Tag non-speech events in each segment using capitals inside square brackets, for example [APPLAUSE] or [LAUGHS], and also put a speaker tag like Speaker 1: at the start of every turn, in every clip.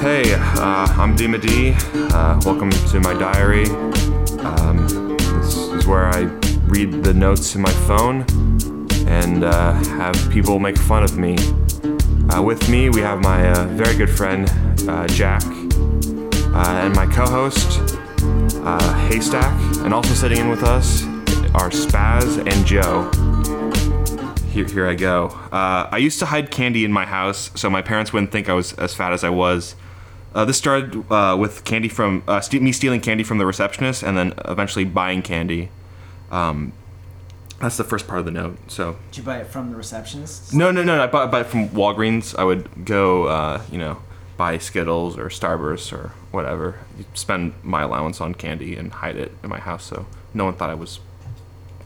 Speaker 1: Hey, uh, I'm Dima D. Uh, welcome to my diary. Um, this is where I read the notes in my phone and uh, have people make fun of me. Uh, with me, we have my uh, very good friend, uh, Jack, uh, and my co host, uh, Haystack, and also sitting in with us are Spaz and Joe. Here, here I go. Uh, I used to hide candy in my house so my parents wouldn't think I was as fat as I was. Uh, this started uh, with candy from uh, ste- me stealing candy from the receptionist and then eventually buying candy. Um, that's the first part of the note. So
Speaker 2: Did you buy it from the receptionist?
Speaker 1: no, no, no. I bought, bought it from Walgreens. I would go, uh, you know, buy Skittles or Starburst or whatever. You'd spend my allowance on candy and hide it in my house, so no one thought I was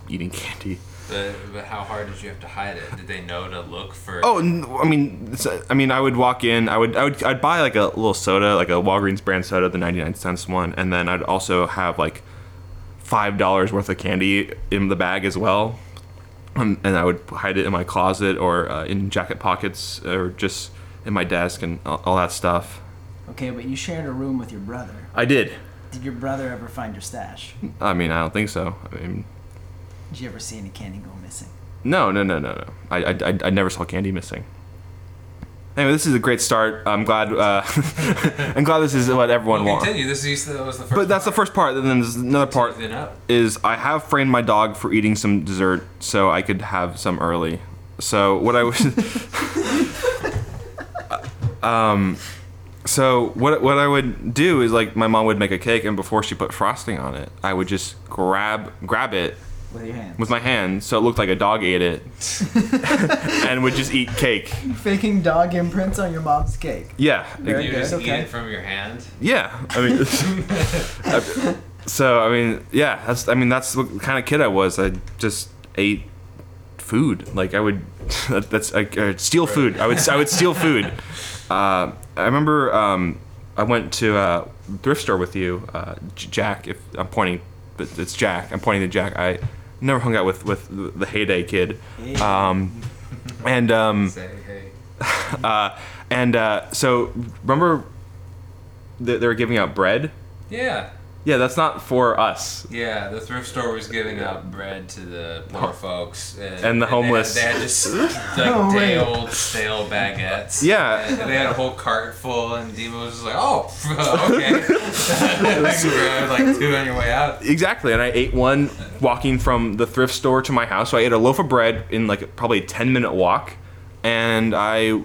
Speaker 1: eating [LAUGHS] candy.
Speaker 3: But, but how hard did you have to hide it? Did they know to look for?
Speaker 1: Oh, n- I mean, it's- I mean, I would walk in. I would, I would, I'd buy like a little soda, like a Walgreens brand soda, the ninety-nine cents one, and then I'd also have like five dollars worth of candy in the bag as well. Um, and I would hide it in my closet or uh, in jacket pockets or just in my desk and all, all that stuff.
Speaker 2: Okay, but you shared a room with your brother.
Speaker 1: I did.
Speaker 2: Did your brother ever find your stash?
Speaker 1: I mean, I don't think so. I mean,
Speaker 2: Did you ever see any candy go missing?
Speaker 1: No, no, no, no, no. I, I, I, I never saw candy missing. Anyway, this is a great start. I'm glad. Uh, [LAUGHS] I'm glad this is what everyone
Speaker 3: Well,
Speaker 1: wants.
Speaker 3: continue. This is that was the first.
Speaker 1: But that's the first part. And then there's another part.
Speaker 3: Then up.
Speaker 1: Is I have framed my dog for eating some dessert so I could have some early. So what I was. [LAUGHS] um, so what what I would do is like my mom would make a cake and before she put frosting on it, I would just grab grab it
Speaker 2: With your hands.
Speaker 1: with my hand, so it looked like a dog ate it, and would just eat cake.
Speaker 2: Faking dog imprints on your mom's cake.
Speaker 1: Yeah,
Speaker 2: Very
Speaker 3: you
Speaker 2: good,
Speaker 3: just eat
Speaker 2: okay.
Speaker 3: it from your hand.
Speaker 1: yeah. I mean, [LAUGHS] I- so I mean, yeah. That's I mean, that's what kind of kid I was. I just ate food. Like I would, [LAUGHS] that's I, I would steal food. I would I would steal food. Uh, I remember um, I went to a thrift store with you, uh, J- Jack. If I'm pointing, but it's Jack. I'm pointing to Jack. I never hung out with with the the heyday kid. Um, and um,
Speaker 3: Say hey.
Speaker 1: [LAUGHS] uh, and uh, so remember that they were giving out bread.
Speaker 3: Yeah,
Speaker 1: Yeah, that's not for us.
Speaker 3: yeah. The thrift store was giving out bread to the poor folks and,
Speaker 1: the
Speaker 3: they had-
Speaker 1: homeless. Oh,
Speaker 3: They
Speaker 1: [LAUGHS]
Speaker 3: had, just like
Speaker 2: No way.
Speaker 3: day old stale baguettes.
Speaker 1: Yeah.
Speaker 3: and, they had a whole cart full, and Demo was just like, "Oh, [LAUGHS]
Speaker 1: [LAUGHS]
Speaker 3: okay." you grabbed [LAUGHS] like two on your way out.
Speaker 1: Exactly, and I ate one walking from the thrift store to my house. So I ate a loaf of bread in like probably a ten minute walk, and I
Speaker 3: Had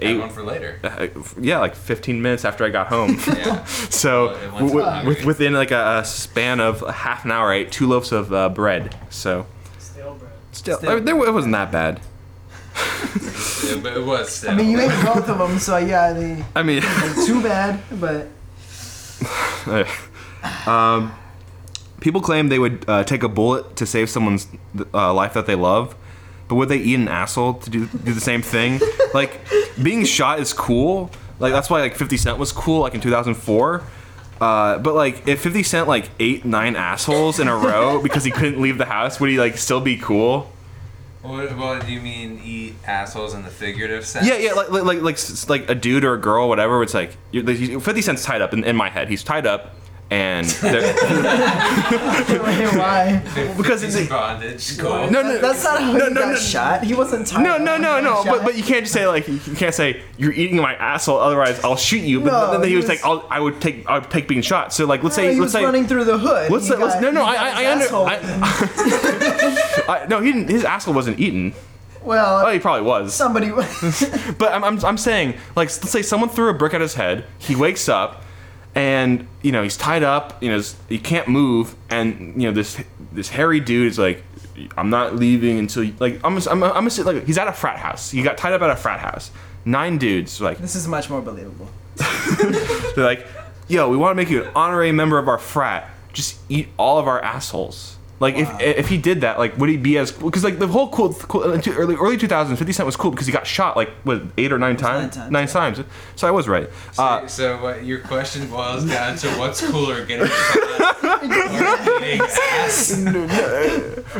Speaker 1: ate
Speaker 3: one for later.
Speaker 1: uh, yeah like fifteen minutes after I got
Speaker 3: [LAUGHS]
Speaker 1: home. [LAUGHS]
Speaker 3: Yeah.
Speaker 1: so
Speaker 3: Well, it went
Speaker 1: w-
Speaker 3: to
Speaker 1: w- with,
Speaker 3: hungry.
Speaker 1: within like a, a span of a half an hour, I ate two loaves of uh, bread. So
Speaker 4: Stale bread.
Speaker 1: still,
Speaker 2: Still.
Speaker 1: I mean, there, it wasn't that bad.
Speaker 3: Yeah, but it was.
Speaker 2: I mean, you
Speaker 3: stale.
Speaker 2: ate both of them, so yeah, they
Speaker 1: I mean. [LAUGHS]
Speaker 2: too bad, but [LAUGHS]
Speaker 1: [LAUGHS] um, people claim they would uh, take a bullet to save someone's uh, life that they love, but would they eat an asshole to do, do the same thing?
Speaker 2: [LAUGHS]
Speaker 1: like, being shot is cool. Like that's why like 50 Cent was cool like in 2004. Uh, but like if 50 Cent like ate nine assholes in a row
Speaker 2: [LAUGHS]
Speaker 1: because he couldn't leave the house, would he like still be cool?
Speaker 3: What, what do you mean, eat assholes in the figurative sense?
Speaker 1: Yeah,
Speaker 3: [LAUGHS]
Speaker 1: yeah, like like like like, s- like a dude or a girl, whatever. It's like you're, you- 50 Cent's tied up in, in my head. He's tied up,
Speaker 2: [LAUGHS]
Speaker 1: and they're-
Speaker 2: I don't know why?
Speaker 1: because it's
Speaker 3: He's in bondage. Cool.
Speaker 1: no, no,
Speaker 2: That's not how
Speaker 1: No,
Speaker 2: he
Speaker 1: no,
Speaker 2: got
Speaker 1: no.
Speaker 2: shot. He wasn't tired.
Speaker 1: No, no, no, no. But, but
Speaker 2: you
Speaker 1: you can't just say like you can't say you're eating my asshole. Otherwise, I'll shoot you. But
Speaker 2: No,
Speaker 1: then he
Speaker 2: he
Speaker 1: was,
Speaker 2: was-
Speaker 1: like, I'll, I would take I would take being shot. So like let's say
Speaker 2: he
Speaker 1: let's
Speaker 2: was
Speaker 1: say
Speaker 2: running through the hood.
Speaker 1: let's
Speaker 2: He
Speaker 1: say let's,
Speaker 2: got-
Speaker 1: no no
Speaker 2: he
Speaker 1: I
Speaker 2: got
Speaker 1: I, I
Speaker 2: his
Speaker 1: under
Speaker 2: asshole
Speaker 1: I, [LAUGHS] I, no he didn't his asshole wasn't eaten.
Speaker 2: Well,
Speaker 1: Oh, he probably was. [LAUGHS]
Speaker 2: somebody. [LAUGHS]
Speaker 1: But I'm, I'm, I'm saying, like, let's say someone threw a brick at his head. He wakes up, and you know he's tied up. You know he's- he can't move, and you know this this hairy dude is like, I'm not leaving until you, like I'm I'm I'm gonna like he's at a frat house. He got tied up at a frat house. Nine dudes like
Speaker 2: this is much more believable.
Speaker 1: they're like, yo, we want to make you an honorary member of our frat. Just eat all of our assholes. Like
Speaker 2: Wow.
Speaker 1: if if he did that, like would he be as because like the whole cool, cool uh, to- early early 2000s, 50 Cent was cool because he got shot like what eight or nine
Speaker 2: nine
Speaker 1: times, nine,
Speaker 2: times,
Speaker 1: times. So I was right. Uh,
Speaker 3: so what your question boils down to what's cooler, getting
Speaker 1: [LAUGHS]
Speaker 3: shot or eating ass?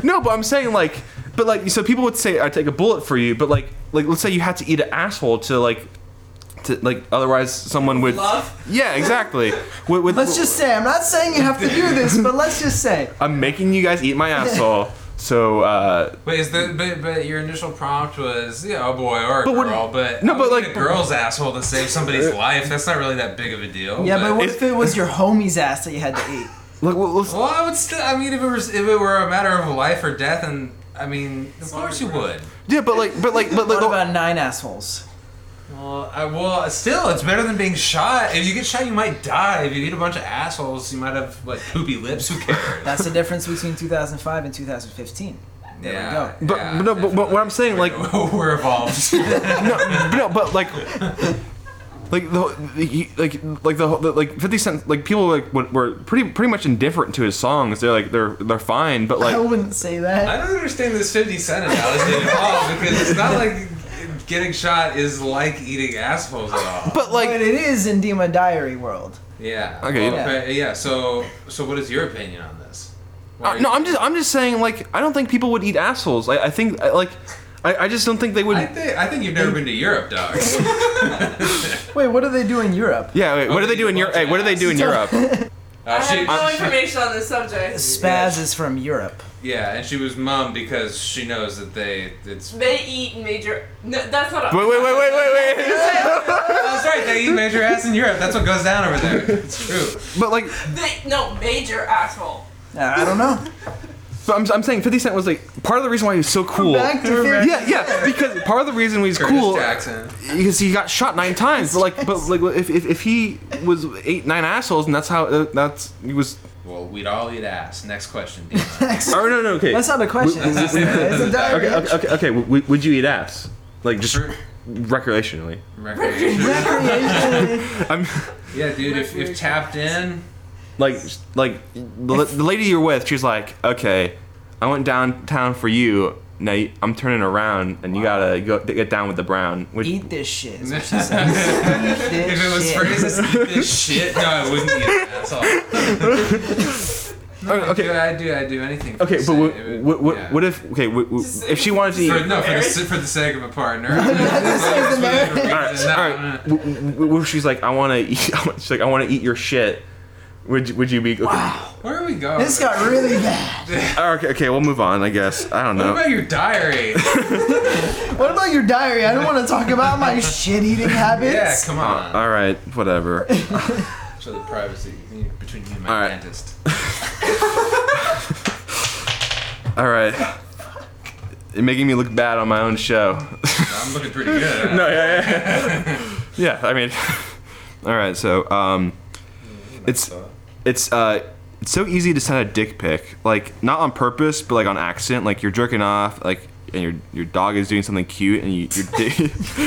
Speaker 1: no, but I'm saying like But like, so people would say, "I take a bullet for you," but like, like let's say you had to eat an asshole to like, to like, otherwise someone would.
Speaker 3: Love?
Speaker 1: Yeah, exactly. with, with,
Speaker 2: Let's just say, I'm not saying you have to do this, but let's just say.
Speaker 1: I'm making you guys eat my
Speaker 2: [LAUGHS]
Speaker 1: asshole. So, uh,
Speaker 3: Wait, is that, but, but your initial prompt was, yeah, oh boy, or a
Speaker 1: But what-
Speaker 3: girl, but
Speaker 1: no,
Speaker 3: I
Speaker 1: but
Speaker 3: would be
Speaker 1: like-
Speaker 3: a girl's asshole to save
Speaker 1: [LAUGHS]
Speaker 3: somebody's life. That's not really that big of a deal.
Speaker 2: Yeah, but what
Speaker 1: It's-
Speaker 2: if it was your homie's ass that you had to eat?
Speaker 1: look, well, let's,
Speaker 3: well, I would still. I mean, if it was, if it were a matter of life or death, and I mean, of course you would.
Speaker 1: yeah, but like, but like, but like,
Speaker 2: What about nine assholes?
Speaker 3: Well, I, well, still, it's better than being shot. If you get shot, you might die. If you eat a bunch of assholes, you might have like poopy lips. Who cares?
Speaker 2: That's the difference between 2005 and 2015. [LAUGHS] There
Speaker 3: yeah,
Speaker 2: we
Speaker 1: but,
Speaker 3: yeah.
Speaker 1: but no, but, but what I'm saying, like,
Speaker 3: [LAUGHS] we're
Speaker 1: [LAUGHS]
Speaker 3: evolved.
Speaker 1: no, no, but
Speaker 3: [LAUGHS]
Speaker 1: like, like the whole- he- like like the whole- the- like Fifty Cent like people like were- were pretty pretty much indifferent to his songs. They're like they're they're fine, but
Speaker 2: I
Speaker 1: like
Speaker 2: wouldn't say that.
Speaker 3: I don't understand this 50 Cent analogy at all because it's not like getting shot is like eating assholes at all.
Speaker 1: but
Speaker 2: but
Speaker 1: like
Speaker 2: it is in Dima Diary world.
Speaker 3: Yeah.
Speaker 1: Okay.
Speaker 3: Well, but- yeah. So, so what is your opinion on this? Why
Speaker 1: uh,
Speaker 3: are you-
Speaker 1: no, I'm just I'm just saying like I don't think people would eat assholes. I, I think I- like I, I just don't think they would.
Speaker 3: I think I think you've never been to Europe,
Speaker 1: [LAUGHS]
Speaker 3: dog. Uh,
Speaker 2: Wait, what do they do in Europe?
Speaker 1: yeah, wait, what do they
Speaker 3: Don't
Speaker 1: do in
Speaker 3: eat
Speaker 1: Europe?
Speaker 3: a
Speaker 1: Hey,
Speaker 3: bunch
Speaker 1: what do
Speaker 3: of
Speaker 1: they do in Europe?
Speaker 2: [LAUGHS]
Speaker 3: Uh,
Speaker 4: I
Speaker 3: she,
Speaker 4: have no information on this subject.
Speaker 2: Spaz is from Europe.
Speaker 3: yeah, and she was mum because she knows that they. It's.
Speaker 4: They eat major. No, that's not. A,
Speaker 1: wait, wait, wait, wait, wait, wait.
Speaker 3: Oh, that's right. They eat major ass in Europe. That's what goes down over there. It's true.
Speaker 1: But like,
Speaker 4: They, no, major asshole.
Speaker 2: Uh, I don't know.
Speaker 1: but I'm I'm saying Fifty Cent was like part of the reason why he was so cool.
Speaker 2: Back to
Speaker 3: Correct.
Speaker 1: Yeah, yeah, because part of the reason why he's
Speaker 3: Curtis
Speaker 1: cool.
Speaker 3: Jackson.
Speaker 1: because he got shot nine times. But like, but like, if, if, if he was eight nine assholes, and that's how uh, that's he was.
Speaker 3: Well, we'd all eat ass. Next question.
Speaker 1: [LAUGHS]
Speaker 3: Dina.
Speaker 1: Oh no no okay.
Speaker 2: That's not a question. It's, just-
Speaker 1: [LAUGHS]
Speaker 2: it's a diary.
Speaker 1: okay okay okay. okay. W- would you eat ass? Like just
Speaker 3: Sure.
Speaker 1: recreationally.
Speaker 3: Recreation.
Speaker 1: I'm
Speaker 3: Yeah, dude. If, if
Speaker 1: [LAUGHS]
Speaker 3: tapped in,
Speaker 1: like like the, the lady you're with. She's like, okay, I went downtown for you. Now you- I'm turning around, and you gotta go get down with the brown. Which,
Speaker 2: Eat this
Speaker 1: [LAUGHS]
Speaker 2: shit. Is what she says. Eat this
Speaker 3: [LAUGHS] If it was
Speaker 2: shit.
Speaker 3: phrases eat this shit, no, I wouldn't eat it. That's all.
Speaker 1: Oh, [LAUGHS] okay,
Speaker 3: Dude,
Speaker 1: okay,
Speaker 3: I do, I do anything. For
Speaker 1: okay. But
Speaker 3: the sake-
Speaker 1: what,
Speaker 3: it would-
Speaker 1: what, what,
Speaker 3: yeah.
Speaker 1: what if okay w- w- if she wanted to eat?
Speaker 3: For, no, for the, s- for the sake of a
Speaker 1: [LAUGHS]
Speaker 3: partner. That's what it is.
Speaker 1: All right, all
Speaker 3: No, no, no.
Speaker 1: right. W- w- w- What if she's like, I want to [LAUGHS] eat. I want- She's like, I want to eat your shit. Would you, would you be okay?
Speaker 3: Where are we going?
Speaker 2: This got really bad.
Speaker 1: Oh, okay? Okay, we'll move on. I guess I don't
Speaker 3: What
Speaker 1: know.
Speaker 3: about
Speaker 1: [LAUGHS]
Speaker 3: your diary?
Speaker 2: What about your diary? I don't want to talk about
Speaker 1: [LAUGHS]
Speaker 2: my shit eating
Speaker 3: yeah,
Speaker 2: habits.
Speaker 3: come
Speaker 1: Uh,
Speaker 3: on.
Speaker 1: all right, whatever.
Speaker 3: So the privacy between you and my
Speaker 1: All right.
Speaker 3: dentist.
Speaker 1: All right. You're making me look bad on my own show.
Speaker 3: I'm looking pretty good. huh?
Speaker 1: [LAUGHS] no, yeah, yeah, [LAUGHS] yeah. yeah I mean, [LAUGHS] all right. So, um, it's it's uh, it's so easy to send a dick pic, like not on purpose, but like on accident. Like you're jerking off, like and your your dog is doing something cute, and you your dick.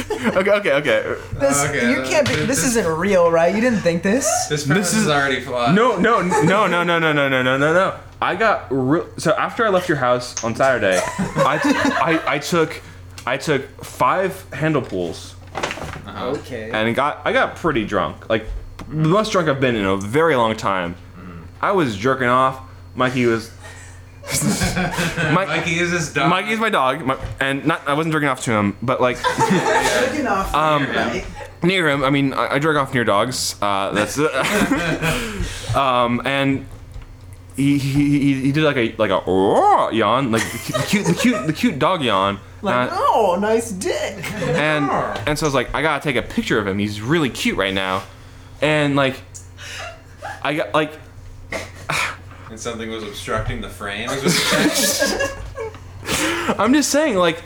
Speaker 1: [LAUGHS] okay, okay, okay.
Speaker 2: This,
Speaker 3: Okay,
Speaker 2: you can't be.
Speaker 3: this-
Speaker 2: This isn't real, right? You didn't think this?
Speaker 3: [LAUGHS] This premise
Speaker 1: is-
Speaker 3: is already flawed.
Speaker 1: No, no, no, no, no, no, no, no, no, no, no. I got real. So after I left your house on Saturday, I I I took I took five handle pulls
Speaker 2: Okay.
Speaker 1: and got I got pretty drunk. Like the most drunk I've been in a very long time. I was jerking off. Mikey was. [LAUGHS] Mike,
Speaker 3: Mikey is his dog.
Speaker 1: Mikey's my dog, my, and not I wasn't jerking off to him, but like
Speaker 2: Looking off. Um, right?
Speaker 1: near him. I mean, I, I jerk off near dogs. Uh, that's
Speaker 2: [LAUGHS]
Speaker 1: um, and he, he he he did like a like a "Roar" yawn, like the cu- the cute the cute the cute dog yawn.
Speaker 2: Like,
Speaker 1: Uh,
Speaker 2: oh, nice dick.
Speaker 5: [LAUGHS]
Speaker 1: and and so I was like, I gotta take a picture of him. He's really cute right now, and like I got like
Speaker 3: And something was obstructing the frame. Is what you're saying?
Speaker 1: I'm just saying like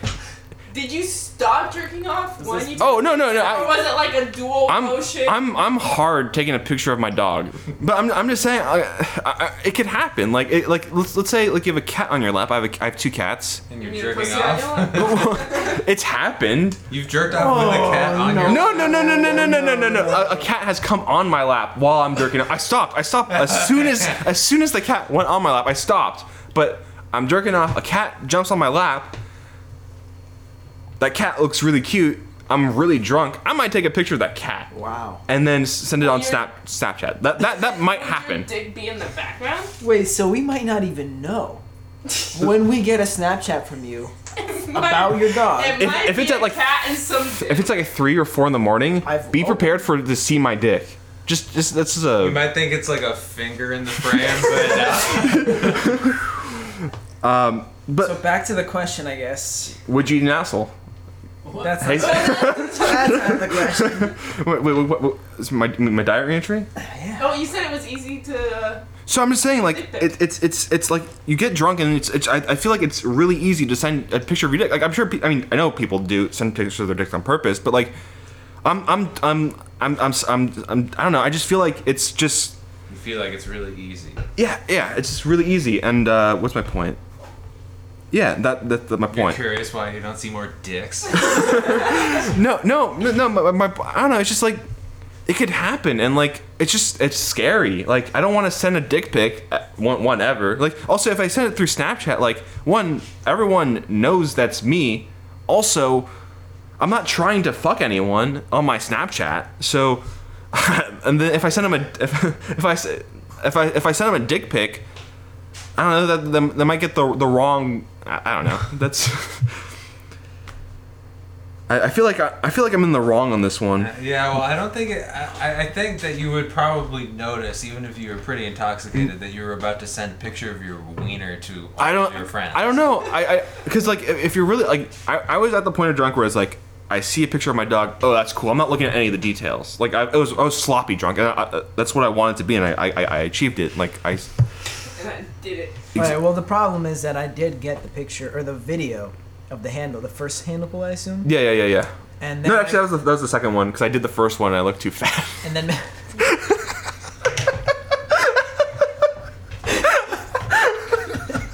Speaker 4: Did you stop jerking off when you?
Speaker 1: oh no no no. I,
Speaker 4: Or was it like a dual
Speaker 1: I'm
Speaker 4: motion?
Speaker 1: I'm I'm hard taking a picture of my dog, but I'm, I'm just saying I, I, I- it could happen. Like it, like let's, let's say like you have a cat on your lap. I have a, I have two cats.
Speaker 3: and
Speaker 4: [LAUGHS] You
Speaker 3: you're
Speaker 4: mean
Speaker 3: jerking
Speaker 4: pussy
Speaker 3: off.
Speaker 4: I know it.
Speaker 1: It's happened.
Speaker 3: [LAUGHS] You've jerked off with a cat on your.
Speaker 1: Oh, No no no no no no no no no no. A, a cat has come on my lap while I'm jerking. off. I stopped. I stopped as soon as as soon as the cat went on my lap. I stopped. But I'm jerking off. A cat jumps on my lap. That cat looks really cute. I'm really drunk. I might take a picture of that cat.
Speaker 2: Wow.
Speaker 1: and then s- send it on
Speaker 4: Weird.
Speaker 1: Snap Snapchat. That that that might
Speaker 4: Would
Speaker 1: happen. [LAUGHS]
Speaker 4: Your dick be in the background?
Speaker 2: Wait, so we might not even know.
Speaker 5: when we get a Snapchat from you about your dog.
Speaker 4: It
Speaker 1: If-
Speaker 4: might
Speaker 1: if
Speaker 4: be
Speaker 1: it's
Speaker 4: a
Speaker 1: at, like,
Speaker 4: cat and some.
Speaker 1: If it's like a three or four in the morning,
Speaker 5: I've-
Speaker 1: be prepared for to see my dick. Just, just this is
Speaker 3: [LAUGHS] You
Speaker 1: a.
Speaker 3: might think it's like a finger in the frame, but uh,
Speaker 5: So
Speaker 1: But
Speaker 5: back to the question, I guess.
Speaker 1: would you eat an asshole?
Speaker 5: That's
Speaker 1: Hey,
Speaker 5: [LAUGHS] that's not the question.
Speaker 1: [LAUGHS] wait, wait, wait, wait, is my my diary entry.
Speaker 4: Oh, you said it was easy to.
Speaker 1: So I'm just saying, like,
Speaker 4: Dick pic.
Speaker 1: it, it's it's it's like you get drunk and it's, it's I, I feel like it's really easy to send a picture of your dick. Like I'm sure, pe- I mean, I know people do send pictures of their dicks on purpose, but like, I'm I'm I'm I'm I'm, I'm, I'm I don't know. I just feel like it's just
Speaker 3: you feel like it's really easy.
Speaker 1: yeah yeah. It's just really easy. And uh, what's my point? Yeah, that that's my
Speaker 3: You're
Speaker 1: point.
Speaker 3: curious why you don't see more dicks. [LAUGHS]
Speaker 1: No, no, no, no. My, my, I don't know. It's just like it could happen, and like it's just it's scary. Like I don't want to send a dick pic uh, one, one ever. Like also, if I send it through Snapchat, like one, everyone knows that's me. Also, I'm not trying to fuck anyone on my Snapchat. So, [LAUGHS] and then if I send them a if, [LAUGHS] if I s- if I if I send them a dick pic, I don't know that they, they might get the the wrong. I, I don't know. [LAUGHS] That's. I, I feel like I, I feel like I'm in the wrong on this one.
Speaker 3: Yeah, well, I don't think it, I, I- I think that you would probably notice, even if you were pretty intoxicated, that you were about to send a picture of your wiener to all
Speaker 1: I don't.
Speaker 3: of your friends.
Speaker 1: I don't know. I because like if if you're really like I, I was at the point of drunk where it's like I see a picture of my dog. Oh, that's cool. I'm not looking at any of the details. Like I, I was I was sloppy drunk. And I, I, that's what I wanted to be, and I I, I- I achieved it. Like I.
Speaker 4: And I did it.
Speaker 5: All right. Well, the problem is that I did get the picture or the video of the handle, the first handle, I assume.
Speaker 1: Yeah, yeah, yeah, yeah.
Speaker 5: And then
Speaker 1: No, actually, that was the, that was the second one because I did the first one and I looked too
Speaker 5: [LAUGHS]
Speaker 1: fat.
Speaker 5: and then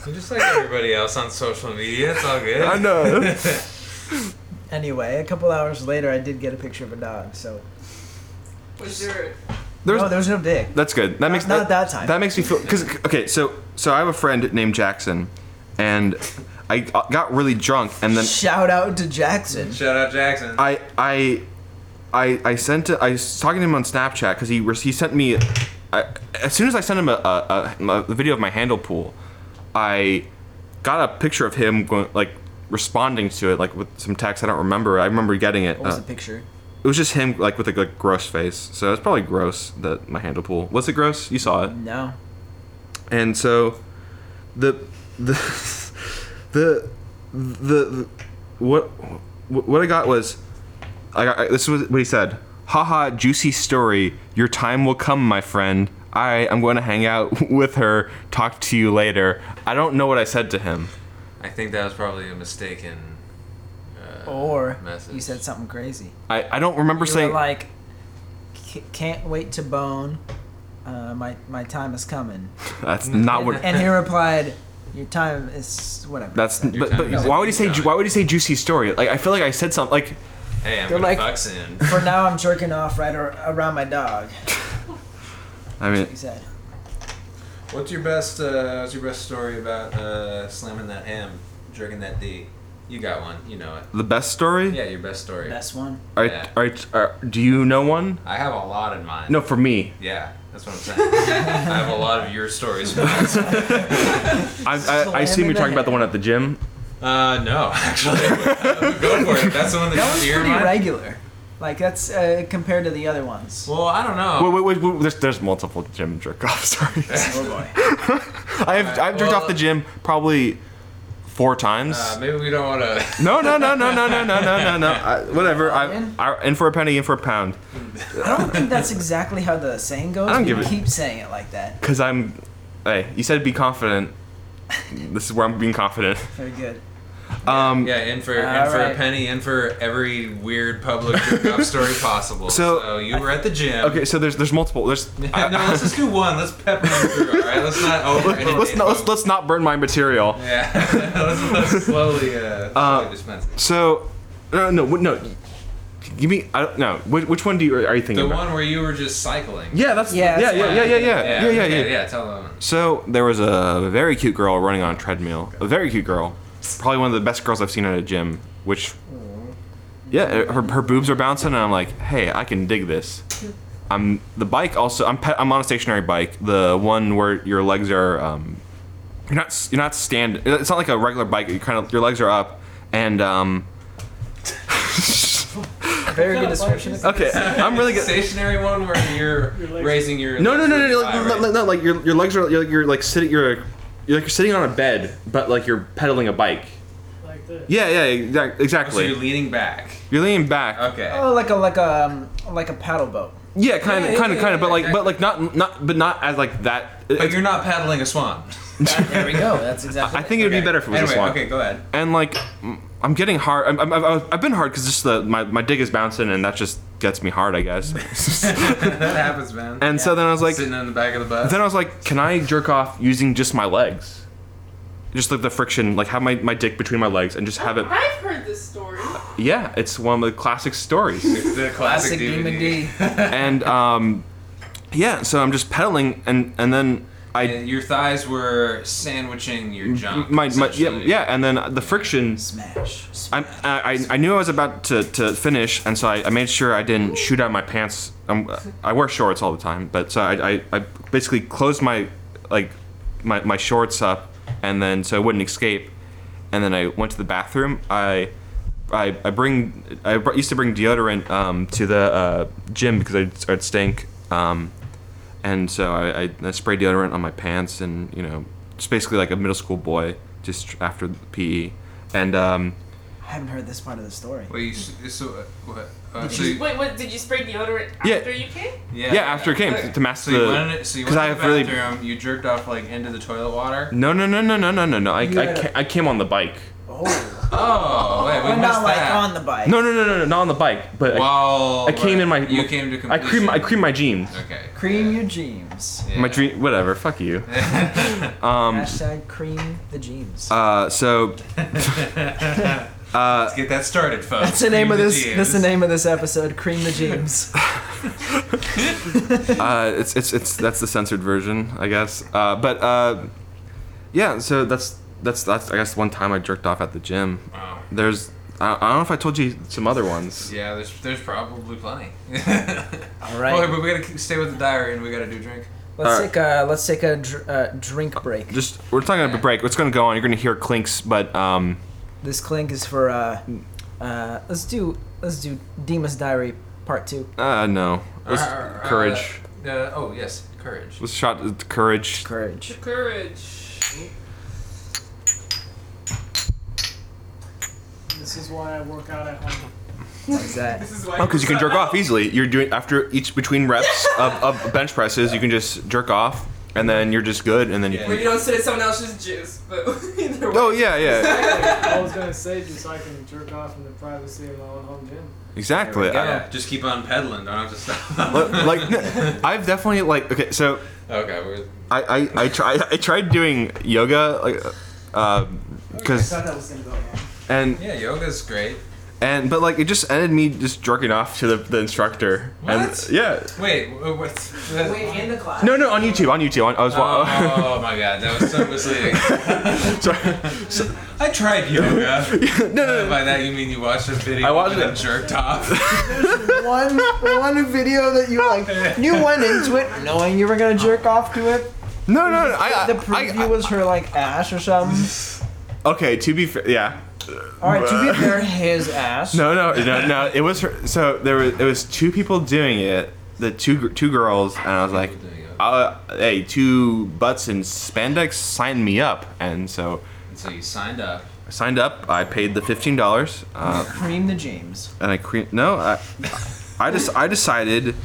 Speaker 3: So just like everybody else on social media, it's all
Speaker 1: [LAUGHS]
Speaker 3: good.
Speaker 1: I
Speaker 5: [LAUGHS]
Speaker 1: know.
Speaker 5: anyway, a couple hours later, I did get a picture of a dog. So
Speaker 4: Was there?
Speaker 1: There's,
Speaker 5: no, there's no dick.
Speaker 1: That's good. That makes
Speaker 5: not that time.
Speaker 1: That makes me feel because okay. So so I have a friend named Jackson, and I got really drunk, and then
Speaker 5: Shout out to Jackson.
Speaker 3: Shout out Jackson.
Speaker 1: I I I I sent it. I was talking to him on Snapchat because he res- he sent me. I, as soon as I sent him a, a, a, a video of my handle pool, I got a picture of him going like responding to it like with some text. I don't remember. I remember getting it.
Speaker 5: What was
Speaker 1: uh,
Speaker 5: the picture?
Speaker 1: it was just him like with a like, gross face. So it's probably gross that my handle pool was it gross? You saw it.
Speaker 5: No.
Speaker 1: And so, the the [LAUGHS] the the, the what what I got was I got this was what he said. Haha, juicy story. Your time will come, my friend. I am going to hang out [LAUGHS] with her. Talk to you later. I don't know what I said to him.
Speaker 3: I think that was probably a mistaken. Uh,
Speaker 5: Or
Speaker 3: message.
Speaker 5: you said something crazy.
Speaker 1: I, I don't remember
Speaker 5: You
Speaker 1: saying.
Speaker 5: were like, "C- can't wait to bone. Uh, my my time is coming.
Speaker 1: that's not what.
Speaker 5: "Mm, And he replied, your time is whatever.
Speaker 1: That's
Speaker 5: So,
Speaker 1: but, but why would he say ju- why would he say juicy story? Like I feel like I said something like
Speaker 3: hey, I'm
Speaker 5: They're
Speaker 3: gonna
Speaker 5: like-
Speaker 3: fuck soon.
Speaker 5: for now I'm jerking off right ar- around my dog.
Speaker 1: I mean
Speaker 5: He said.
Speaker 3: [LAUGHS] What's your best? Uh, what's your best story about uh, slamming that ham, jerking that D? You got one. You know it.
Speaker 1: the best story.
Speaker 3: Yeah, your best story.
Speaker 5: Best one.
Speaker 1: All right,
Speaker 3: Yeah.
Speaker 1: all right, all right, do you know one?
Speaker 3: I have a lot in mind.
Speaker 1: No, for me.
Speaker 3: Yeah, that's what I'm saying. I have a lot of your stories. uh,
Speaker 1: I, I, I assume
Speaker 5: Slam in
Speaker 1: you're
Speaker 5: the
Speaker 1: talking about the
Speaker 5: head.
Speaker 1: one at the gym.
Speaker 3: no, actually, [LAUGHS] Uh, go for it. That's the one that,
Speaker 5: That
Speaker 3: was
Speaker 5: one's
Speaker 3: near
Speaker 5: pretty
Speaker 3: mine.
Speaker 5: regular. Like that's uh, compared to the other ones.
Speaker 3: Well, I don't know.
Speaker 1: Wait, wait, wait, wait, There's, there's multiple gym jerk offs. [LAUGHS] Sorry.
Speaker 5: Oh boy.
Speaker 1: I have I've jerked off the gym probably four times.
Speaker 3: Uh, maybe we don't want to.
Speaker 1: no, no, no, no, no, no, no, no, no, [LAUGHS] no. I, whatever. I,
Speaker 5: In?
Speaker 1: I, in for a penny, in for a pound.
Speaker 5: I don't think that's exactly how the saying goes.
Speaker 1: I don't
Speaker 5: but
Speaker 1: give
Speaker 5: you
Speaker 1: a-
Speaker 5: keep saying it like that.
Speaker 1: Cause I'm. Hey, you said be confident. This is where I'm being confident.
Speaker 5: Very good.
Speaker 1: Um,
Speaker 3: [LAUGHS] Yeah, in for in
Speaker 5: All
Speaker 3: for a
Speaker 5: right.
Speaker 3: penny, in for every weird public jerk off story possible.
Speaker 1: So-
Speaker 3: So, you were at the gym.
Speaker 1: Okay, so there's there's multiple. [LAUGHS] There's. I-
Speaker 3: [LAUGHS] no, let's just do one. Let's pepper them through. All right, let's not over.
Speaker 1: [LAUGHS] let's not let's, let's not burn my material.
Speaker 3: Yeah, [LAUGHS] let's, let's slowly uh, slowly dispense. it.
Speaker 1: So, no, no, wh- no. Give me. I don't know. Which, which one do you are you thinking
Speaker 3: The
Speaker 1: about?
Speaker 3: one where you were just cycling.
Speaker 1: Yeah, that's yeah,
Speaker 5: Yeah, that's
Speaker 1: yeah,
Speaker 5: fine.
Speaker 1: yeah, yeah, yeah, yeah, yeah,
Speaker 3: okay,
Speaker 1: yeah.
Speaker 3: Tell them.
Speaker 1: So there was a very cute girl running on a treadmill. A very cute girl, probably one of the best girls I've seen at a gym. Which, yeah, her, her boobs are bouncing, and I'm like, hey, I can dig this. I'm the bike also. I'm pe- I'm on a stationary bike, the one where your legs are um, you're not s- you're not standing. It's not like a regular bike. You kind of your legs are up, and um,
Speaker 5: Very good description.
Speaker 1: okay, I'm really good.
Speaker 3: Stationary one where you're raising your
Speaker 1: No, no, no, no, no,
Speaker 3: high,
Speaker 1: like,
Speaker 3: right?
Speaker 1: no, no, like your, your legs are you're, you're like sitting you're, you're like you're sitting on a bed, but like you're pedaling a bike.
Speaker 6: Like this.
Speaker 1: Yeah, yeah, exac-
Speaker 3: So
Speaker 1: exactly.
Speaker 3: you're leaning back.
Speaker 1: You're leaning back.
Speaker 3: Okay.
Speaker 5: Oh, like a like a um, like a paddle boat.
Speaker 1: Yeah, kind of,
Speaker 3: Yeah,
Speaker 1: kind
Speaker 3: yeah,
Speaker 1: of, kind of, but
Speaker 3: yeah,
Speaker 1: like,
Speaker 3: exactly.
Speaker 1: but like not, not, but not as like that.
Speaker 3: But you're not paddling a swan.
Speaker 1: [LAUGHS]
Speaker 5: There we go. That's exactly.
Speaker 1: I think it'd
Speaker 3: Okay.
Speaker 1: be better if it was
Speaker 3: anyway,
Speaker 1: a swan.
Speaker 3: Okay, go ahead. [LAUGHS]
Speaker 1: And like, mm, I'm getting hard. I'm, I'm, I've- I've been hard because just the my, my dick is bouncing, and that just gets me hard, I
Speaker 3: [LAUGHS]
Speaker 1: guess.
Speaker 3: that happens, man.
Speaker 1: and so then I was like,
Speaker 3: sitting in the back of the bus.
Speaker 1: then I was like, can I jerk off using just my legs? Just like the friction, like have my, my dick between my legs and just have it.
Speaker 4: I've heard this
Speaker 1: [GASPS]
Speaker 4: story.
Speaker 1: Yeah, it's one of the classic
Speaker 3: [LAUGHS]
Speaker 1: stories.
Speaker 3: the classic,
Speaker 5: Classic Demon
Speaker 3: DVD.
Speaker 5: D.
Speaker 1: and um, yeah, so I'm just pedaling, and and then I
Speaker 3: And your thighs were sandwiching your junk.
Speaker 1: my, my yeah
Speaker 3: essentially.
Speaker 1: yeah, and then the friction
Speaker 5: Smash.
Speaker 1: I'm, I, I- I knew I was about to, to finish, and so I, I made sure I didn't shoot out my pants. Um, I wear shorts all the time, but so I, I, I basically closed my like my, my shorts up, and then so I wouldn't escape. And then I went to the bathroom. I I, I bring I br- used to bring deodorant um, to the uh, gym because I'd, I'd stink, um, and so I, I, I sprayed deodorant on my pants, and you know, just basically like a middle school boy just after PE, and. Um,
Speaker 5: I haven't heard this part of the story.
Speaker 3: Wait, you, s- so uh, what? Uh,
Speaker 5: Did
Speaker 3: so
Speaker 5: you-
Speaker 3: you-
Speaker 4: Wait, what? Did you spray deodorant
Speaker 1: Yeah.
Speaker 4: after you came?
Speaker 1: Yeah, after it came to- to master
Speaker 3: So you
Speaker 1: the-
Speaker 3: went in, so you
Speaker 1: 'cause
Speaker 3: went
Speaker 1: I
Speaker 3: to the
Speaker 1: have really-
Speaker 3: bathroom. You jerked off like into the toilet water.
Speaker 1: No, no, no, no, no, no, no, no. I, I,
Speaker 5: Yeah.
Speaker 1: ca- I came on the bike. [LAUGHS]
Speaker 5: Oh,
Speaker 3: Oh, wait, we
Speaker 5: but
Speaker 3: missed
Speaker 5: not like
Speaker 3: that.
Speaker 5: on the bike.
Speaker 1: No, no, no, no, no, not on the bike. But
Speaker 3: Well,
Speaker 1: I, I came in my.
Speaker 3: You came to
Speaker 1: I
Speaker 3: completion.
Speaker 1: cream. I cream my jeans.
Speaker 3: Okay.
Speaker 5: Cream your jeans.
Speaker 3: Yeah.
Speaker 1: My dream. Whatever. Fuck you. Um.
Speaker 5: Hashtag cream the jeans.
Speaker 1: Uh. So.
Speaker 3: Let's get that started, folks.
Speaker 5: that's the name of
Speaker 3: Cream
Speaker 5: this. That's the
Speaker 3: jeans.
Speaker 5: name of this episode. Cream
Speaker 1: [LAUGHS]
Speaker 5: the jeans.
Speaker 1: Uh. It's. It's. It's. That's the censored version, I guess. Uh. But. Uh. Yeah. So that's. That's. That's. I guess one time I jerked off at the gym.
Speaker 3: Wow.
Speaker 1: There's. I, I don't know if I told you some other ones.
Speaker 3: Yeah, there's there's probably plenty. [LAUGHS]
Speaker 5: All
Speaker 3: Well,
Speaker 5: right.
Speaker 3: but we gotta keep- stay with the diary, and we gotta do drink.
Speaker 5: Let's
Speaker 1: all right.
Speaker 5: take a let's take a dr- uh, drink break.
Speaker 1: Just. We're talking about a break. What's gonna go on? You're gonna hear clinks, but um.
Speaker 5: This clink is for uh, uh, let's do let's do Dima's Diary Part Two.
Speaker 1: Uh. No. Let's,
Speaker 3: Uh, uh,
Speaker 1: courage.
Speaker 3: Uh, oh yes, courage.
Speaker 1: Let's shot with courage.
Speaker 4: [LAUGHS]
Speaker 5: Courage.
Speaker 4: Courage.
Speaker 6: This is why I work out at home.
Speaker 5: What's that?
Speaker 4: This is why.
Speaker 1: Oh, because you can jerk off easily. You're doing after each between reps of, of bench presses, you can just jerk off, and then you're just good, and then you.
Speaker 3: Yeah.
Speaker 4: Well, you don't sit at someone else's juice, but [LAUGHS] either way.
Speaker 1: Oh yeah, yeah,
Speaker 6: [LAUGHS] I was gonna say just so I can jerk off in the privacy of my own home gym.
Speaker 1: exactly. I-
Speaker 3: Yeah, just keep on peddling. Don't have to stop.
Speaker 1: Like, [LAUGHS] I've definitely like okay, so
Speaker 3: [LAUGHS] okay, we're.
Speaker 1: I I, I tried I tried doing yoga like, because
Speaker 6: I thought that was gonna go wrong.
Speaker 1: and
Speaker 3: Yeah, yoga's great.
Speaker 1: and but like it just ended me just jerking off to the, the instructor.
Speaker 3: What?
Speaker 1: And, yeah.
Speaker 3: Wait, wh- what's the-
Speaker 4: Wait, in the class.
Speaker 1: No, no, on YouTube, on YouTube. On, I was. wa-
Speaker 3: Oh, my god, that was so misleading.
Speaker 1: [LAUGHS] Sorry. [LAUGHS]
Speaker 3: I tried yoga.
Speaker 1: no, no,
Speaker 3: Uh,
Speaker 1: no.
Speaker 3: by that you mean you watched a video
Speaker 1: I watched
Speaker 3: and
Speaker 1: it. [LAUGHS]
Speaker 3: jerked off.
Speaker 5: one one video that you like
Speaker 1: [LAUGHS]
Speaker 5: you went into it knowing you were gonna jerk off to it.
Speaker 1: No, no, no. I, I,
Speaker 5: The
Speaker 1: I,
Speaker 5: preview was her like ass or something.
Speaker 1: okay, to be fair, yeah.
Speaker 5: All right, to be fair,
Speaker 1: [LAUGHS]
Speaker 5: his ass.
Speaker 1: No, no, no, no. It was her, so there was it was two people doing it, the two gr- two girls, and I was like, uh, "Hey, two butts in spandex, sign me up!" And so
Speaker 3: And so you signed up.
Speaker 1: I signed up. I paid the fifteen dollars, uh,
Speaker 5: Cream the James.
Speaker 1: and I cre- no, I, I just I decided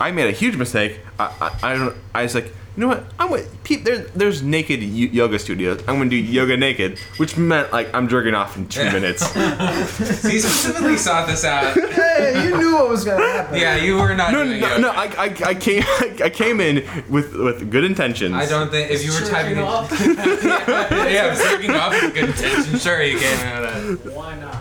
Speaker 1: I made a huge mistake. I I, I, don't, I was like. You know what? I'm gonna, peep, there, there's naked y- yoga studios. I'm gonna do yoga naked, which meant like I'm jerking off in two minutes.
Speaker 3: So you specifically sought this out.
Speaker 5: Hey, you knew what was gonna happen.
Speaker 3: Yeah, you were not
Speaker 1: No,
Speaker 3: doing
Speaker 1: no,
Speaker 3: yoga.
Speaker 1: no! I, I, I came, [LAUGHS] I came in with with good intentions.
Speaker 3: I don't think if you were typing
Speaker 4: Jerking
Speaker 3: in-
Speaker 1: [LAUGHS]
Speaker 4: off.
Speaker 3: [LAUGHS] yeah, I was jerking off with good intention. Sure, you came in with that.
Speaker 6: Why not?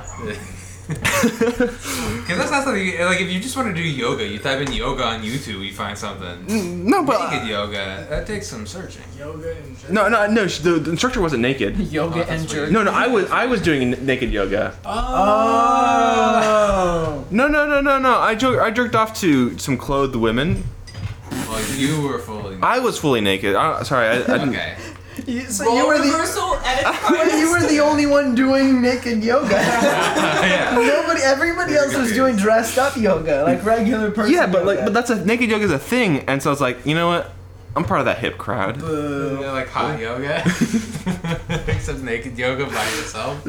Speaker 3: Because that's not something you, like if you just want to do yoga, you type in yoga on YouTube, you find something.
Speaker 1: No, but
Speaker 3: Naked yoga. That takes some searching.
Speaker 6: Yoga and jerk.
Speaker 1: no, no, no. sh- The, the instructor wasn't naked.
Speaker 5: Yoga
Speaker 3: that's
Speaker 5: and
Speaker 3: weird.
Speaker 5: jerk.
Speaker 1: No, no. I was, I was doing n- naked yoga.
Speaker 5: Oh.
Speaker 1: No, no, no, no, no. I jerked, I jerked off to some clothed women.
Speaker 3: Well, you were fully.
Speaker 1: I was fully naked. I, sorry, I, I didn't.
Speaker 3: Okay. [LAUGHS]
Speaker 5: You, so
Speaker 4: Role
Speaker 5: you were the
Speaker 4: reversal
Speaker 5: [LAUGHS]
Speaker 4: at its
Speaker 5: you were
Speaker 4: finest.
Speaker 5: the only one doing naked [LAUGHS] yoga.
Speaker 3: yeah.
Speaker 5: Nobody, everybody else was doing dressed up yoga, like regular person.
Speaker 1: Yeah, but like,
Speaker 5: yoga.
Speaker 1: but that's a naked yoga is a thing, and so I was like, you know what? I'm part of that hip crowd.
Speaker 5: Boo.
Speaker 3: Yeah, like hot yoga, [LAUGHS] except naked yoga by yourself.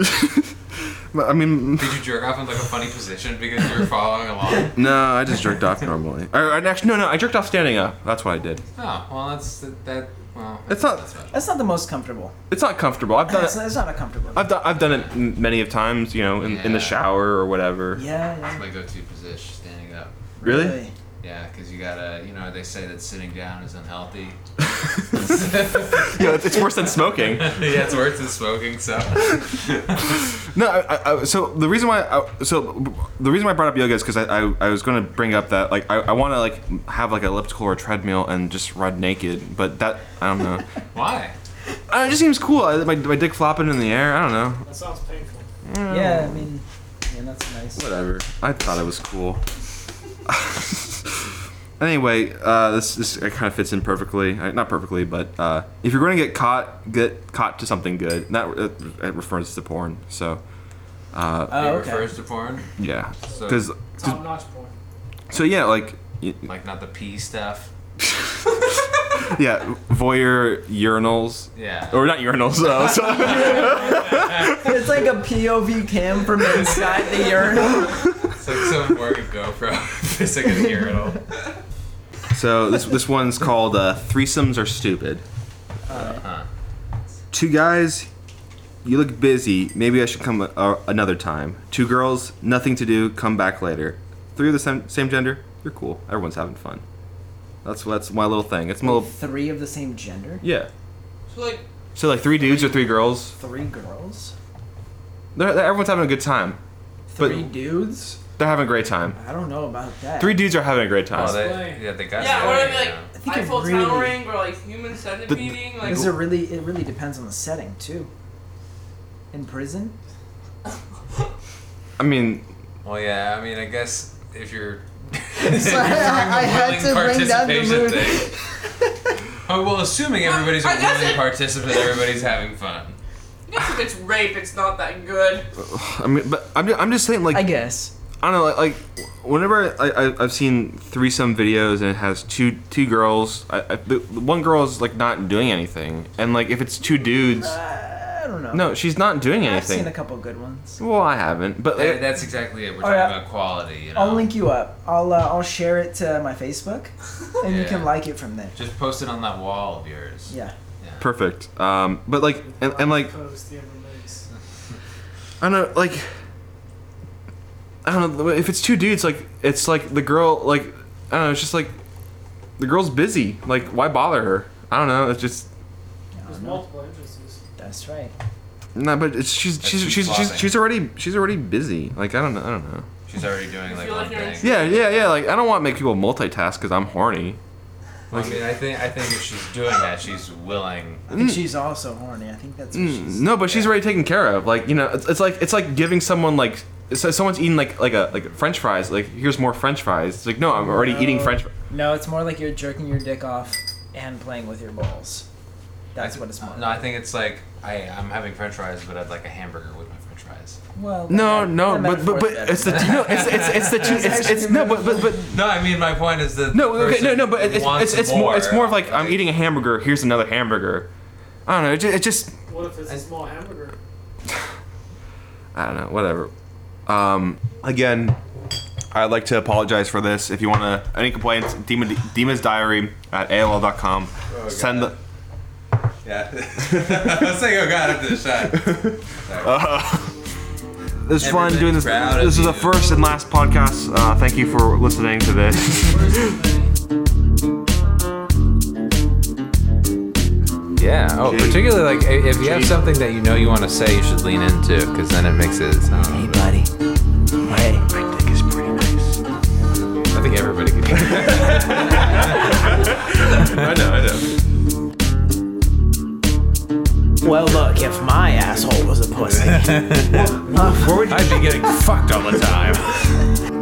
Speaker 1: But, I mean,
Speaker 3: Did you jerk off in like a funny position because you were following along?
Speaker 1: no, I just jerked off normally. Or, or actually, no, no, I jerked off standing up. That's what I did.
Speaker 3: Oh, well, that's that. that well,
Speaker 1: It's not-
Speaker 3: that's better.
Speaker 5: That's not the most comfortable.
Speaker 1: It's not comfortable. I've done
Speaker 5: That's
Speaker 1: it.
Speaker 5: not, it's not a comfortable.
Speaker 1: I've done, I've done it m- many of times. You know, in, in the
Speaker 3: Yeah.
Speaker 1: shower or whatever.
Speaker 5: yeah, yeah.
Speaker 3: my go-to position, standing up.
Speaker 1: Really?
Speaker 3: Yeah, because you gotta, you know, they say that sitting down
Speaker 1: [LAUGHS]
Speaker 3: is unhealthy. [LAUGHS]
Speaker 1: Yeah, it's it's worse than
Speaker 3: [LAUGHS]
Speaker 1: smoking.
Speaker 3: yeah, it's worse than smoking. So
Speaker 1: No, I, I- I, so the reason why, I, so the reason why I brought up yoga is because I, I, I was going to bring up that like I, I want to like have like an elliptical or a treadmill and just run naked, but that I don't
Speaker 3: [LAUGHS]
Speaker 1: know.
Speaker 3: why?
Speaker 1: Uh, it just seems cool. I, my, my dick flopping in the air. I don't know.
Speaker 6: That sounds painful.
Speaker 5: Yeah, I mean, yeah, that's nice.
Speaker 1: Whatever. I thought it was cool. [LAUGHS] anyway, uh, this this it kind of fits in perfectly. Uh, Not perfectly, but uh, if you're going to get caught, get caught to something good. And That uh, it, it refers to porn. So
Speaker 5: Oh,
Speaker 3: it
Speaker 5: okay.
Speaker 3: refers to porn,
Speaker 1: yeah,
Speaker 3: So-
Speaker 1: because
Speaker 6: Top notch porn.
Speaker 1: so yeah, like y-
Speaker 3: like not the pee stuff.
Speaker 1: yeah, voyeur urinals.
Speaker 3: Yeah.
Speaker 1: Or not urinals, though. [LAUGHS] So,
Speaker 5: [LAUGHS] It's like a POV cam from inside
Speaker 1: [LAUGHS]
Speaker 5: the urinal.
Speaker 3: It's like some working GoPro. [LAUGHS] it's like a urinal.
Speaker 1: so this this one's called uh, threesomes are stupid.
Speaker 3: Huh.
Speaker 1: Two guys, you look busy. Maybe I should come uh, another time. Two girls, nothing to do. Come back later. Three of the same, same gender. You're cool. Everyone's having fun. That's that's my little thing. It's my little
Speaker 5: Three of the same gender.
Speaker 1: yeah.
Speaker 4: So, like,
Speaker 1: So like three dudes or three girls.
Speaker 5: Three girls.
Speaker 1: They're, they're- everyone's having a good time. But-
Speaker 5: Three dudes.
Speaker 1: They're having a great time.
Speaker 5: I don't know about that.
Speaker 1: Three dudes are having a great time.
Speaker 3: Oh, they,
Speaker 6: Explain.
Speaker 3: yeah, they got.
Speaker 4: yeah, what
Speaker 3: that,
Speaker 4: I mean, like,
Speaker 3: you know.
Speaker 5: I think it
Speaker 4: Eiffel
Speaker 5: really-
Speaker 4: Tower ring or like human centipede, like
Speaker 5: Because it really, it really depends on the setting too. In prison.
Speaker 1: I mean,
Speaker 3: Well, yeah. I mean, I guess if you're.
Speaker 5: [LAUGHS]
Speaker 3: [LAUGHS]
Speaker 5: I- I had
Speaker 3: willing
Speaker 5: to bring down the
Speaker 3: participation
Speaker 5: mood. [LAUGHS]
Speaker 3: thing. Oh, well, assuming everybody's a
Speaker 4: I guess
Speaker 3: willing
Speaker 4: it-
Speaker 3: participant, everybody's having fun.
Speaker 4: I guess if it's rape, it's not that good.
Speaker 1: I mean, but I'm just, I'm just saying like
Speaker 5: I guess.
Speaker 1: I don't know, like, like whenever I, I, I've seen threesome videos and it has two two girls, I, I, the, the one girl is like not doing anything, and like if it's two dudes,
Speaker 5: Uh, I don't know.
Speaker 1: no, she's not doing
Speaker 5: I've seen
Speaker 1: anything.
Speaker 5: a couple good ones.
Speaker 1: well, I haven't, but
Speaker 3: That-
Speaker 1: like,
Speaker 3: that's exactly it. We're
Speaker 5: Oh,
Speaker 3: talking
Speaker 5: yeah.
Speaker 3: about quality. You know?
Speaker 5: I'll link you up. I'll uh, I'll share it to my
Speaker 3: [LAUGHS]
Speaker 5: Facebook, and you can
Speaker 3: Yeah.
Speaker 5: like it from there.
Speaker 3: Just post it on that wall of yours.
Speaker 5: Yeah.
Speaker 1: perfect. Um, but like and, and like
Speaker 6: Post the ever makes.
Speaker 1: I don't know, like I don't know if it's two dudes, like it's like the girl, like I don't know, it's just like the girl's busy. Like why bother her? I don't know. It's just
Speaker 5: I
Speaker 6: There's
Speaker 5: don't know.
Speaker 6: multiple entrances.
Speaker 5: That's right.
Speaker 1: no, but it's, she's
Speaker 3: That's
Speaker 1: she's
Speaker 3: too
Speaker 1: she's, she's
Speaker 3: flopping.
Speaker 1: she's already she's already busy. Like I don't know, I don't know.
Speaker 3: She's already doing like
Speaker 4: feel
Speaker 3: one
Speaker 4: like you're in-
Speaker 3: thing.
Speaker 1: Yeah, yeah, yeah. Like I don't want to make people multitask because I'm horny.
Speaker 3: Well, I mean, I think I think if she's doing that, she's willing.
Speaker 5: I
Speaker 1: Mm.
Speaker 5: think she's also horny. I think that's what she's.
Speaker 1: No, but she's already taken care of. Like you know, it's, it's like it's like giving someone like so someone's eating like like a like French fries. Like here's more French fries. It's like no, I'm already eating French. fries.
Speaker 5: No, it's more like you're jerking your dick off and playing with your balls. That's what it's more.
Speaker 3: No, I think it's like I I'm having French fries, but I'd like a hamburger with my French fries.
Speaker 5: Well. that-
Speaker 1: No,
Speaker 5: that
Speaker 1: no, but but,
Speaker 5: metaphor's
Speaker 1: but
Speaker 5: better.
Speaker 1: it's the no, it's it's it's the two. It's, it's no, but but but
Speaker 3: No, I mean my point is that
Speaker 1: no,
Speaker 3: the
Speaker 1: okay, no,
Speaker 3: person
Speaker 1: no, but it's
Speaker 3: wants
Speaker 1: it's it's more it's more of like I'm
Speaker 3: Like,
Speaker 1: eating a hamburger. Here's another hamburger. I don't know. It just, it just
Speaker 6: What if it's
Speaker 3: I-
Speaker 6: a small hamburger?
Speaker 1: I don't know, whatever. Um, again, I'd like to apologize for this. If you want to, any complaints, Demon, Demon's Diary at AOL.com.
Speaker 3: God.
Speaker 1: Send the.
Speaker 3: Yeah. [LAUGHS] I was like, oh god, after the shot.
Speaker 1: This is fun doing this.
Speaker 3: Everybody's proud of
Speaker 1: This is the
Speaker 3: you.
Speaker 1: first and last podcast. Uh, thank you for listening to this.
Speaker 3: [LAUGHS] Yeah. Oh,
Speaker 1: Gee.
Speaker 3: particularly like i- if you have
Speaker 1: Gee.
Speaker 3: something that you know you want to say, you should lean into because then it makes it.
Speaker 5: Hey,
Speaker 3: Sound,
Speaker 5: buddy. Hey.
Speaker 1: My dick is pretty nice.
Speaker 3: I think everybody could. do that.
Speaker 1: [LAUGHS] I know, I know.
Speaker 5: Well, look, if my asshole was a pussy.
Speaker 3: I'd be getting fucked all the time.